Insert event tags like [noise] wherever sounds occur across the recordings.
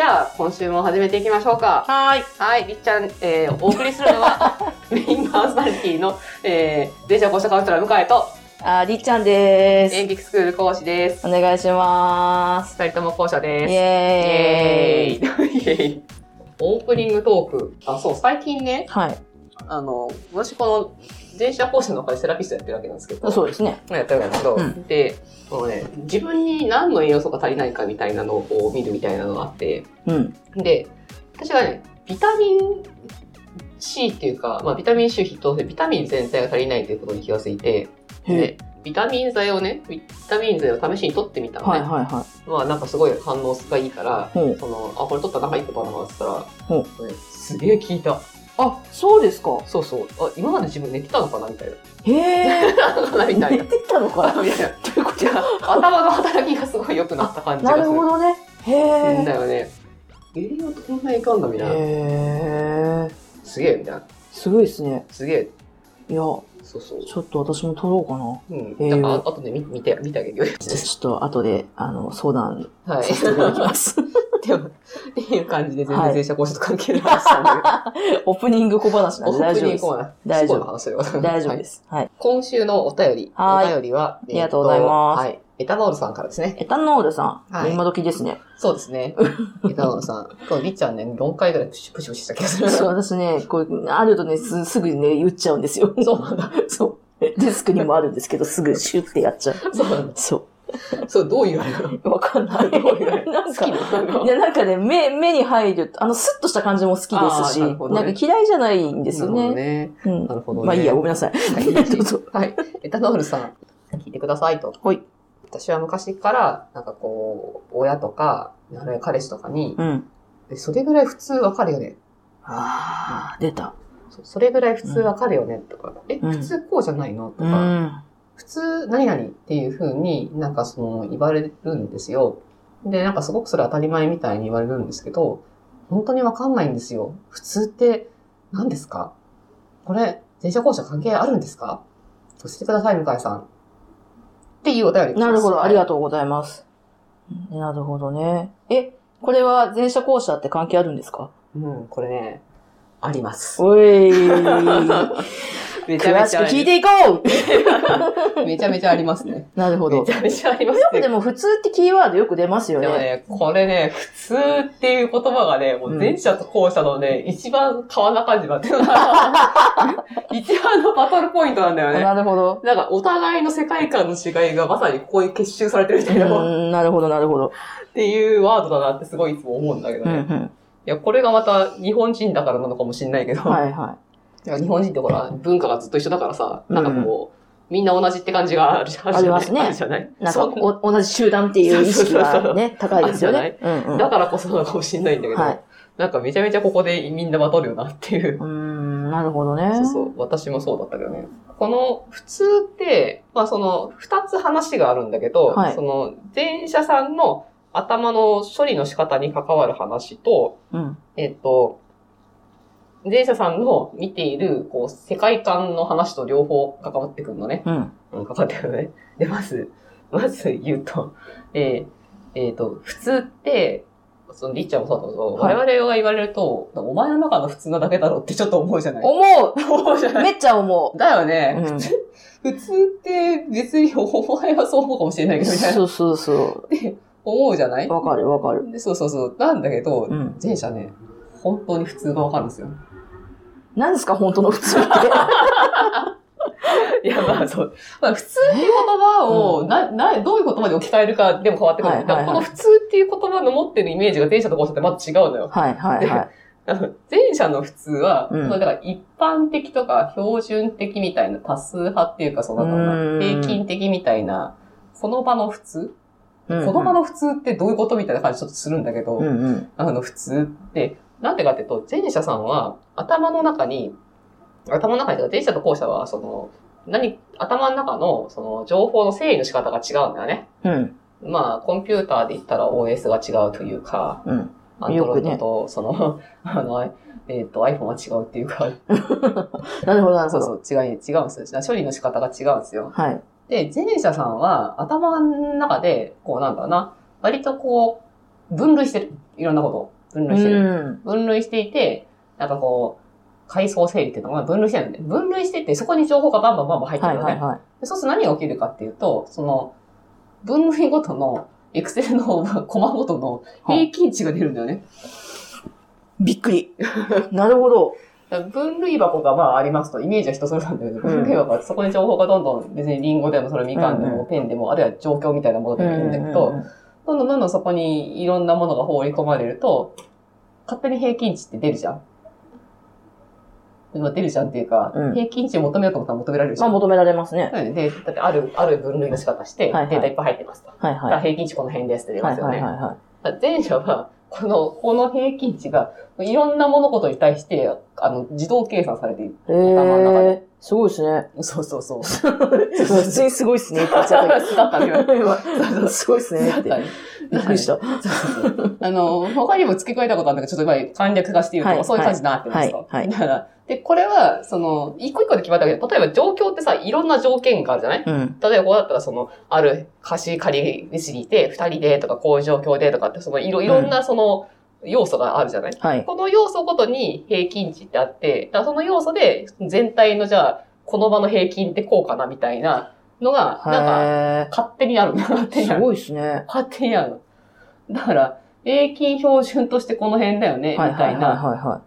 ゃあ、今週も始めていきましょうか。はーい。はい、りっちゃん、えー、お送りするの [laughs] は、メインパーソナリティの、えー、電車校舎カウンセラー向井と、あー、りっちゃんで演劇スクール講師です。す。お願いします。二人とも校舎イです。イエーイ。ーイ。イエーイ。オープニングトーク。あ、そう、最近ね、はい。あの、私この、電車校舎の中でセラピストやってるわけなんですけど、そうですね。やってるわけなんですけど、うんで、このね、自分に何の栄養素が足りないかみたいなのをこう見るみたいなのがあって、うん。で、私がね、ビタミン C っていうか、まあ、ビタミン C 筆頭でビタミン全体が足りないということに気がついて、へで、ビタミン剤をね、ビタミン剤を試しに取ってみたのね。はいはいはまあなんかすごい反応がいいから、い。うん。その、あ、これ取ったら仲いいことかなって言ほったら、ねすげえ効いた。あ、そうですか。そうそう。あ、今まで自分寝てたのかなみたいな。 [laughs] へえ。 [laughs] みたい寝な。 [laughs] てたの [laughs] かあみたいな。ということじゃあ、頭の働きがすごい良くなった感じが [laughs] なする。るほどね。へんだえ。よね。栄養ってこんなにいかんだみへたいな。え。すげえみたいな。すごいですね。すげえ。いや、ちょそうそう。っと私も取ろうかな。うん。栄養だから、あとで見見て、見てあげるよ。ちょっと後で、あの、相談はい。させてい [laughs] ただきっ [laughs] ます。ていうっていう感じで、全は然い前者後者と関係ない話なんだ [laughs] オープニング小話け [laughs] なんど。で大丈オープニン夫でグすコ。ーナー大丈そ夫うな話だよ大丈は夫いです。はい。今週のお便り。はーおい便りは、ありがとうございますえっとはい。エタノールさんからですね。エタノールさん、はい今時ですね。そうです [laughs] ね。エタノールさん。今日、りっちゃんね、4回ぐらいプシュプシュプシュした気がする。そう、私ね、こう、あるとね、すすぐね、言っちゃうんですよ。そうなんだ。 [laughs] そう。デスクにもあるんですけど、すぐシュッてやっちゃう。 [laughs] そうなんだ。そそう、どういうあれなのう。わかん [laughs] ない。どういうあれなん好かき、なのいや、なんかね、目、目に入る、あの、スッとした感じも好きですし、あーななるほどねんか嫌いじゃないんでなするよほどね。ね。うん。なるほどねまあいいや、ごめんなさい。 [laughs] どうぞ。はい。エタノールさん、聞いてくださいと。はい。私は昔から、なんかこう、親とか、あるいは彼氏とかに、うん。えそれぐらい普通わかるよね。あー、出た。そそれぐらい普通わかるよね。とか、え、うん普通こうじゃないのとか、うん。普通何々っていう風になんかその言われるんですよ。で、なんかすごくそれ当たり前みたいに言われるんですけど、本当にわかんないんですよ。普通って何ですかこれ、電車校舎関係あるんですか教えてください、向井さん。っていうお便りです。なるほど、ありとがとうございます。うんなるほどね。え、これは前者後者って関係あるんですかう。うん、これね、あります。おい [laughs] め詳しく聞いていこう [laughs] めちゃめちゃありますね。なるほ [laughs] めどち。ゃめちゃあります [laughs] ねでも普通ってキーワードよく出ますよでもね。ね、これね、普通っていう言葉がね、もう前者と後者のね、一番川中島っていうのが、 [laughs] 一番のバトルポイントなんだよね。なるほど。なんか、お互いの世界観の違いがまさにここに結集されてるみたいな、っうんなるほど、なるほど。ていうワードだなってすごいいつも思うんだけどうね。んういんや、これがまた日本人だからなのかもしれないけど、はいはいや日本人ってほら、文化がずっと一緒だからさ、なんかこう、みんな同じって感じがあるじゃないありますねあるじゃないい。なんかそうお、同じ集団っていう意識がね、高いですよあるね。うんうん。だからこそなのかもしれないんだけど、はい。なんかめちゃめちゃここでみんなバトるよなっていうう。ーん、なるほどね。そうそう。私もそうだったけどね。この普通って、まあその二つ話があるんだけど、はいその前者さんの頭の処理の仕方に関わる話と、うん。えっと、前者さんの見ている、こう、世界観の話と両方関わってくるのね。うん。うん、関わってくるのね。で、まず、まず [laughs] 言うと、えーえっ、と、普通って、その、りっちゃんもそうだけど、はい我々が言われると、お前の中の普通なだけだろってちょっと思うじゃない思思うじゃうないめっちゃ思だよう。うね。ん。普通って別にお前はそう思うかもしれ [laughs] ないけど、みたいなそうそうそ。思うじゃないうわかるわかる。でそうそうそう。なんだけどう、ん。前者ね、本当に普通がわかるんですよ。何ですか、本当の [laughs] 普通って。いや、まあそう。まあ、普通っていう言葉を、な、な、どういう言葉に置き換えるかでも変わってくる。はいだはいかはらいこの普通っていう言葉の持ってるイメージが前者と後者ってまず違うのよ。はいはいはい。あの前者の普通は、うんまあだから一般的とか標準的みたいな多数派っていうか、そのなんだろううんな、平均的みたいな、その場の普通うんうん子供の普通ってどういうことみたいな感じちょっとするんだけど、うんうん。あの普通って、なんでかっていうと、前者さんは頭の中に、頭の中にとか、前者と後者は、その、何、頭の中の、その、情報の整理の仕方が違うんだよね。うんまあ、コンピューターで言ったら OS が違うというか、うん。アンドよロくイねドと、その、 [laughs] あの、えっ、と、iPhone は違うっていうか、 [laughs] なるほどなるそほうど。そう、違い、違うんですよ。処理の仕方が違うんですよ。はい。で、前者さんは頭の中で、こうなんだろうな、割とこう、分類してる。いろんなことを。分類してる。ん。分類していて、なんかこう、階層整理っていうのは分類してるんで、分類してて、そこに情報がバンバンバンバン入ってはるいのね。はいはい。でそうすると何が起きるかっていうと、その、分類ごとの、エクセルのコマごとの平均値が出るんだよね。びっくり。なるほど。だから分類箱がまあありますと、イメージは人それぞれなんだけど、うん分類箱はそこに情報がどんどん、別にリンゴでもそれみかんでうんうもペンでも、あるいは状況みたいなものでもいいんだけうんどう、んうんどんどんどんどんそこにいろんなものが放り込まれると、勝手に平均値って出るじゃん。でも出るじゃんっていうか、うん平均値を求めようと思ったら求められるじまゃあん。求められますね。うんで、だってある、ある分類の仕方して、デはいはいータいっぱい入ってますと。はいだはかいら。平均値この辺ですって出まはすいよはいね。はいはい。だから前者は、この、この平均値が、いろんな物事に対して、あの、自動計算されている。え頭の中ー、すごいですね。そうそう [laughs] そう。 [laughs] 普通にすごいですねって言っちゃったけだ [laughs] ったね。ど。今すごいですねって。 [laughs] びっくりした。はそうそう [laughs] あの、他にも付け加えたことあるんだけど、ちょっと今簡略化して言うと、はいそういう感じになってますと。はいはいだから、で、これは、その、一個一個で決まったわけで、例えば状況ってさ、いろんな条件があるじゃないうん。例えばこうだったら、その、ある貸し借り主にいて、二人でとか、こういう状況でとかって、その、いろ、いろんなその、要素があるじゃない、はい。この要素ごとに平均値ってあって、だからその要素で、全体のじゃあ、この場の平均ってこうかなみたいなのが、なんか、へ勝手にある。勝手ー。にあする。ごいですね。勝手にやる。だから、平均標準としてこの辺だよね、みはいはたいはいいはいな、は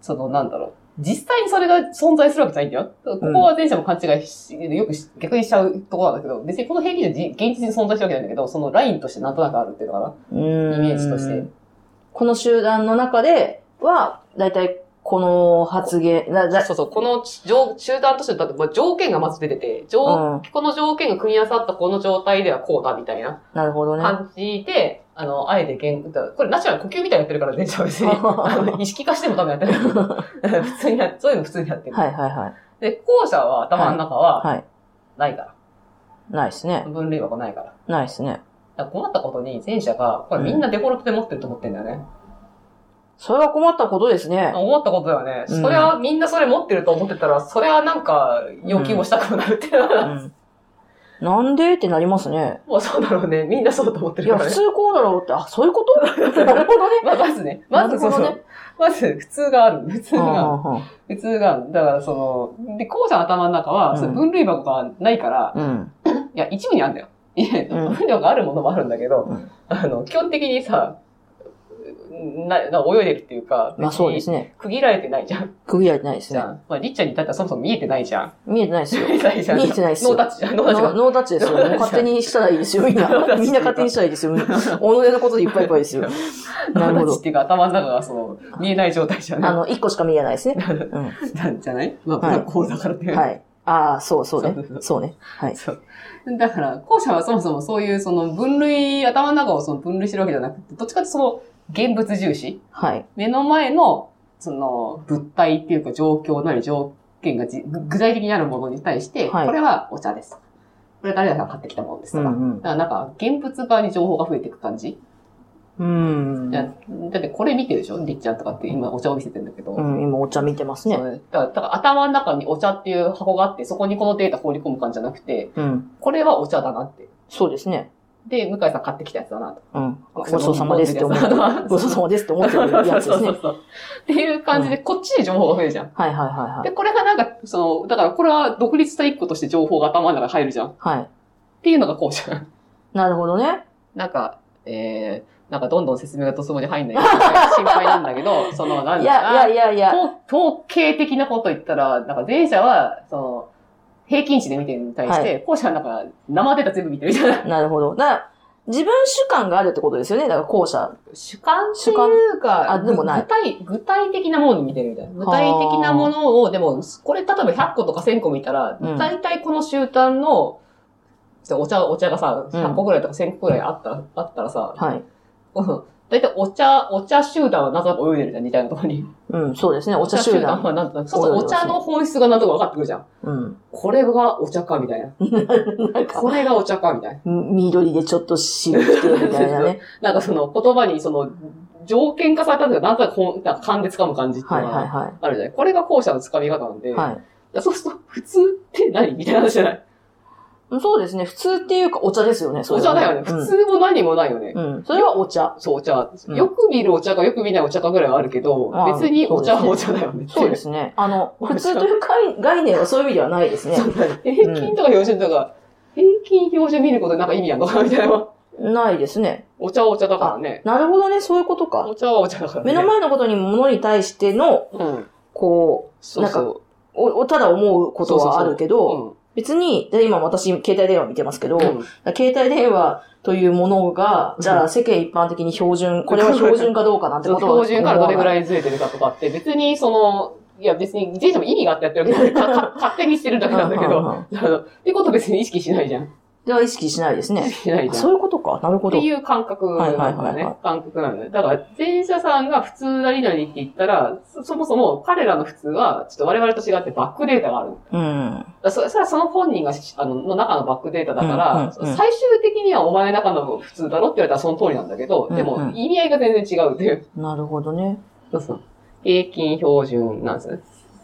その、なんだろう。実際にそれが存在するわけじゃないんだよ。ここは前者も勘違いし、よくし逆にしちゃうところなんだけど、別にこの平均値はじ現実に存在してるわけじゃないんだけど、そのラインとしてなんとなくあるっていうのかな。い。うーんイメージとして。この集団の中では、だいたいこの発言、だだそうそう、この条集団として、だってまあ条件がまず出てて、条うんこの条件が組み合わさったこの状態ではこうだみたいななるほどね。感じで、あの、あえて言語、これナチュラルに呼吸みたいにやってるから、全然別 [laughs] に。あの意識化しても多分やってない。 [laughs] 普通にや、そういうの普通にやってる。はいはいは。で、後者は頭の中はいはい。ないから。ないですね。分類箱ないから。だかないですね。ら困ったことに前者が、これみんなデフォルトで持ってると思ってんだよね。それは困ったことですね。思ったことだよね。うんそりゃみんなそれ持ってると思ってたら、そりゃなんか要求もしたくなるっていうのうは、ん。なんでってなりますね。 [laughs] もうそうだろうね。みんなそうと思っているや、から普ね。通こうだろうって、あ、そういうこ [laughs] となるほどね。まあ、まずね。まずそなるほどのね、まず普通がある。普通うんうがある。んうん普通がある。だからその、で、後者の頭の中は、うんその分類箱がないから、うん。いや、一部にあるんだよ。 [laughs] いや、うん分量があるものもあるんだけど、うんあの、基本的にさ、な、な泳いでるっていうか、まあそうですね。区切られてないじゃん。区切られてないですじねゃ。ん。まあ、りっちゃんに至ってはそもそも見えてないじゃん。見えてないです [laughs] よ。見えてないじゃん。見えてないっすよノータッチじゃん。ノータッチノが。ノータッチですよ。ノもーうタッチ勝手にしたらいいですよ、みんノータな。ッチみんな勝手にしたらいいで [laughs] すよ。己のことでいっぱいいっぱいですよ。なるノータッチほっど。ていうか頭の中がその、見えない状態じゃあない。の、一個しか見えないですね。うなんじゃないまあ、はいこうだからっていん。う。はい。ああ、そうそうねそうそうそ。うそうね。はい。そう。だから、後者はそもそもそういう、その分類、頭の中をその分類してるわけじゃなくて、どっちかってその、現物重視はい。目の前の、その、物体っていうか状況なり条件がじ具具体的にあるものに対して、はいこれはお茶です。これ誰々が買ってきたものですうとか。だんからなんか、現物側に情報が増えていく感じ、うん。うん。いやだってこれ見てるでしょりっちゃんとかって今お茶を見せてんだけど。うん、今お茶見てますそね。うだからだから頭の中にお茶っていう箱があって、そこにこのデータ放り込む感じじゃなくて、うん。これはお茶だなって。そうですね。で、向井さん買ってきたやつだなと。うん。ごちそうさまですって思そうそうっそて、うごち [laughs] そうさまですって思ってる [laughs] やつですね。そう。っていう感じで、こっちに情報が増えるじゃん。はいはいはで、これがなんか、その、だからこれは独立した一個として情報が頭の中に入るじゃん。っいはい。はい。ていうのがこうじゃん。なるほどね。 [laughs] なんか、えー、なんかどんどん説明がとつぼに入んないから心配なんだけ [laughs] ど、その、なんいだろうや、ないやいやいや。統統計的なこと言ったら、なんか前者は、その、平均値で見てるのに対して、後者はなんか生データ全部見てるじゃない。なるほど。だから自分主観があるってことですよね。だから後者。主観っていうか、あでもない具体、具体的なものを見てるみたいな。具体的なものを、でも、これ例えば100個とか1000個見たら、うん大体この集団の、お茶、お茶がさ、100個ぐらいとか1000個ぐらいあったら、あったらさ、 [laughs] はい。うん大体お茶、お茶集団はなんとなく泳いでるじゃん、みたいなところに。うん、そうですね。 [laughs] お茶集団。はなんとなく。そうすると泳いおでます茶ねの本質がなんとなく分かってくるじゃん。うん。これがお茶か、みたいな。 [laughs] なんか、これがお茶か、みたいな。み緑でちょっと白くて、みたいなね。なん [laughs] かその言葉にその条件化されたんだけど、なんとなくこうなんか勘で掴む感じっていはういのはがいはあるじゃないこれが後者の掴み方なんい。で、はい。そうすると普通って何みたいな話じゃないそうですね。普通っていうかお茶ですよね。そおれは茶だよね。普通も何もないよね。うん。うん。それはお茶。そう、お茶うんよく見るお茶かよく見ないお茶かぐらいはあるけどあ、ー別にお茶はそうおです茶だよね。そうで。[laughs] すね。あの、お茶普通という概概念はそういう意味ではないですねそ。うだね平均とか標準とか、平均標準見ることなんか意味あんのかなみたいな。ないですね。お茶はお茶だからね。なるほどね。そういうことか。お茶はお茶だからね。目の前のことに、ものに対しての、うん。こそうそう。う、おおただ思うことはあるけど、うん別に、で今私、携帯電話見てますけど、うん携帯電話というものが、うんじゃあ世間一般的に標準、こ [laughs] れは標準かどうかなんてことは標準からどれぐいらいずれてるかとかって、別にその、いや別に人生も意味があってやってるわけど、かか勝手にしてるだけなんだけど、ど。あのってこと別に意識しないじゃん。では意識しないです意識ね。しないじあゃん。そういうことか。なるほっど。てういう感覚なんだよね。はいはいはいはい感覚なんだよ。だから、前者さんが普通なりなりって言ったら、そそもそも彼らの普通は、ちょっと我々と違ってバックデータがある。ん。だそそれはその本人がしあのの中のバックデータだから、うんうんうん最終的にはお前の中の普通だろって言われたらその通りなんだけど、でうんうもん意味合いが全然違うっていう。なるほどね。そうそう。平均標準なんですね。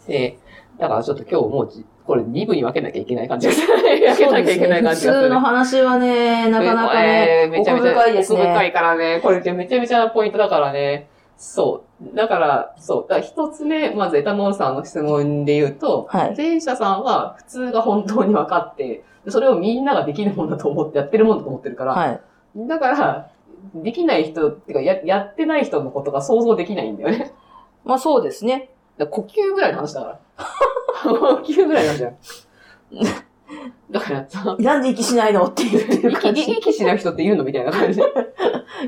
で、だからちょっと今日もうじ、これ2部に分けなきゃいけない感じが [laughs] する。分けなきゃいけない感じがそうですね普す通る。の話はね、なかなかえねー、めち奥ゃめちゃ深いです奥深ね。いからね。これってめちゃめちゃなポイントだからね。そう。だから、そう。だから一つ目、まずエタノールさんの質問で言うと、はい前者さんは普通が本当に分かって、それをみんなができるものだと思って、やってるものだと思ってるから、はい。だから、できない人、ってかや、やってない人のことが想像できないんだよね。まあそうですね。だから呼吸ぐらいの話だから。呼吸ぐらいの話だよ。だからさ、なんで息しないのって言ってる息感じ。息しない人って言うのみたいな感じ。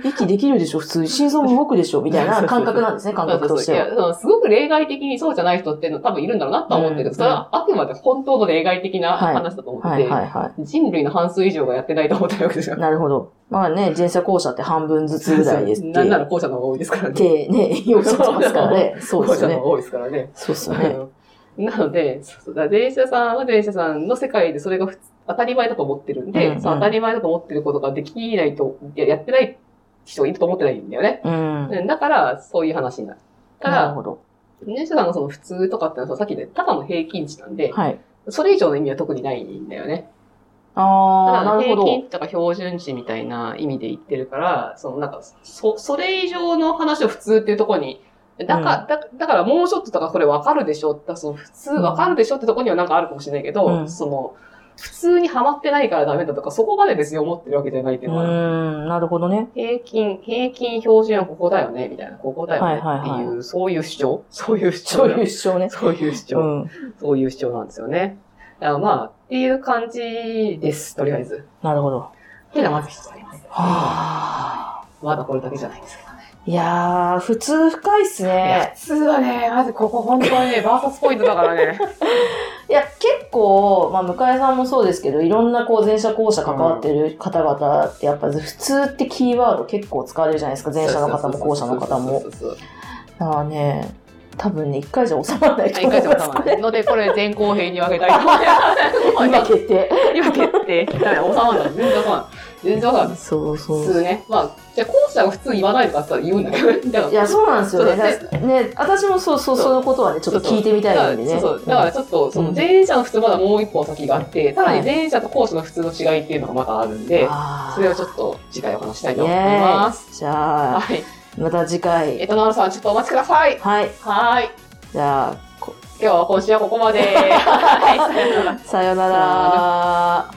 息できるでしょ普通に心臓も動くでしょみたいな感覚なんですね、感覚としていやは。 [laughs] そのすごく例外的にそうじゃない人っていうの多分いるんだろうなとは思ってるけど、うんそれはあくまで本当の例外的なはい話だと思ってて、はいはいは人類の半数以上がやってないと思ってるわけですよい。。なるほど。まあね、前者後者って半分ずつぐら [laughs] いですって。なんなら後者の方が多いですからね。ってね、用意してますからね。そうで後者すよの方ねが。多いですからね。そうですよね。なので、そうそうだから電車さんは電車さんの世界でそれが普通当たり前だと思ってるんで、うんうんその当たり前だと思ってることができないと、いややってない人がいると思ってないんだよね。うん。うんだから、そういう話になる。たなるだ、ほど。電車さんのその普通とかってのはさっきでただの平均値なんで、はい。それ以上の意味は特にないんだよね。ああ、なだからるほ平ど。均とか標準値みたいな意味で言ってるから、そのなんか、そ、それ以上の話を普通っていうところに、だから、だだからもうちょっととかこれわかるでしょだからその普通わかるでしょってところにはなんかあるかもしれないけど、うんその、普通にはまってないからダメだとか、そこまでですよ、思ってるわけじゃないっていううのは、ん、なるほどね。平均、平均標準はここだよね、みたいな、ここだよねっていう、はいはいはそういう主張そういう主張。そういう主張ね。そういう主張。うん。そういう主張なんですよね。だからまあ、っていう感じです、とりあえず。なるほど。はっていうのはまず一つあります。あ。まだこれだけじゃないんですけどね。いやー、普通深いっすね。普通はね、まずここ本当にね、バーサスポイントだから [laughs] ね。いや、結構、まあ、向井さんもそうですけど、いろんなこう、前者後者関わってる方々って、やっぱ普通ってキーワード結構使われるじ [laughs] ゃないですか。前者の方も後者の方もそ。うそうそうそう。だからね、多分ね、一回じゃ収まらないと一思回いじゃま収すまらこないれ。ので、これ前後編に分けたいと思います。今決定。今決定。だから収まらない。全然収まらない。全然収まらない。そうそう普通ね。まあ、じゃあ後者が普通言わないとかって言うんだけどね、 [laughs] だからいや、そうなんですよそね。うだね、私もそうそう、そうそのことはね、ちょっと聞いてみたいんでね。そうそうだからちょっと、その前者の普通まだもう一歩先があって、さらに前者と後者の普通の違いっていうのがまだあるんで、あそーれをちょっと次回お話したいイと思いエまーす。イじゃはあ、い。また次えっ回。と、ナルさん、ちょっとお待ちください。はい。はい。じゃあ、こ [laughs] 今日は今週はここまで。はい。さようなら。さよなら。